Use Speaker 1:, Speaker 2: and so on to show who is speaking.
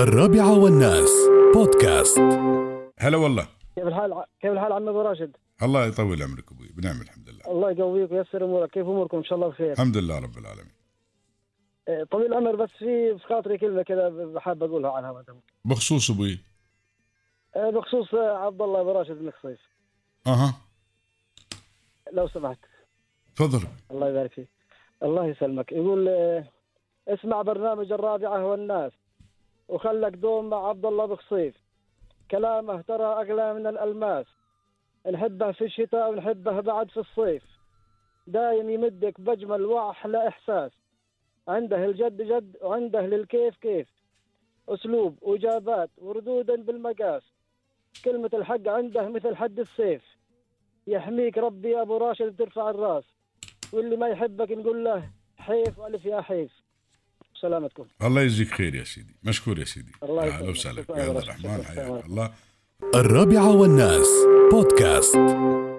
Speaker 1: الرابعة والناس بودكاست
Speaker 2: هلا والله
Speaker 3: كيف الحال كيف الحال عمي ابو راشد؟
Speaker 2: الله يطول عمرك ابوي بنعم الحمد لله
Speaker 3: الله يقويك ويسر امورك، كيف اموركم؟ ان شاء الله بخير.
Speaker 2: الحمد لله رب العالمين
Speaker 3: آه، طويل العمر بس في في خاطري كلمه كذا حاب اقولها عنها مدام.
Speaker 2: بخصوص ابوي
Speaker 3: آه، بخصوص آه، عبد الله ابو راشد المخصيص
Speaker 2: اها
Speaker 3: لو سمحت
Speaker 2: تفضل
Speaker 3: الله يبارك فيك. الله يسلمك، يقول آه، اسمع برنامج الرابعه والناس وخلك دوم مع عبد الله بخصيف. كلامه ترى اغلى من الالماس. نحبه في الشتاء ونحبه بعد في الصيف. دايم يمدك بجمل واحلى احساس. عنده الجد جد وعنده للكيف كيف اسلوب واجابات وردودا بالمقاس كلمة الحق عنده مثل حد السيف يحميك ربي يا ابو راشد ترفع الراس واللي ما يحبك نقول له حيف الف يا حيف سلامتكم
Speaker 2: الله يجزيك خير يا سيدي مشكور يا سيدي
Speaker 3: الله
Speaker 2: يا هلا
Speaker 3: يسلمك.
Speaker 2: وسهلا
Speaker 3: شكراً
Speaker 2: يا
Speaker 3: يا
Speaker 2: عبد
Speaker 3: راشد.
Speaker 2: الرحمن
Speaker 3: شكراً.
Speaker 2: حياك الله
Speaker 1: الرابعة والناس بودكاست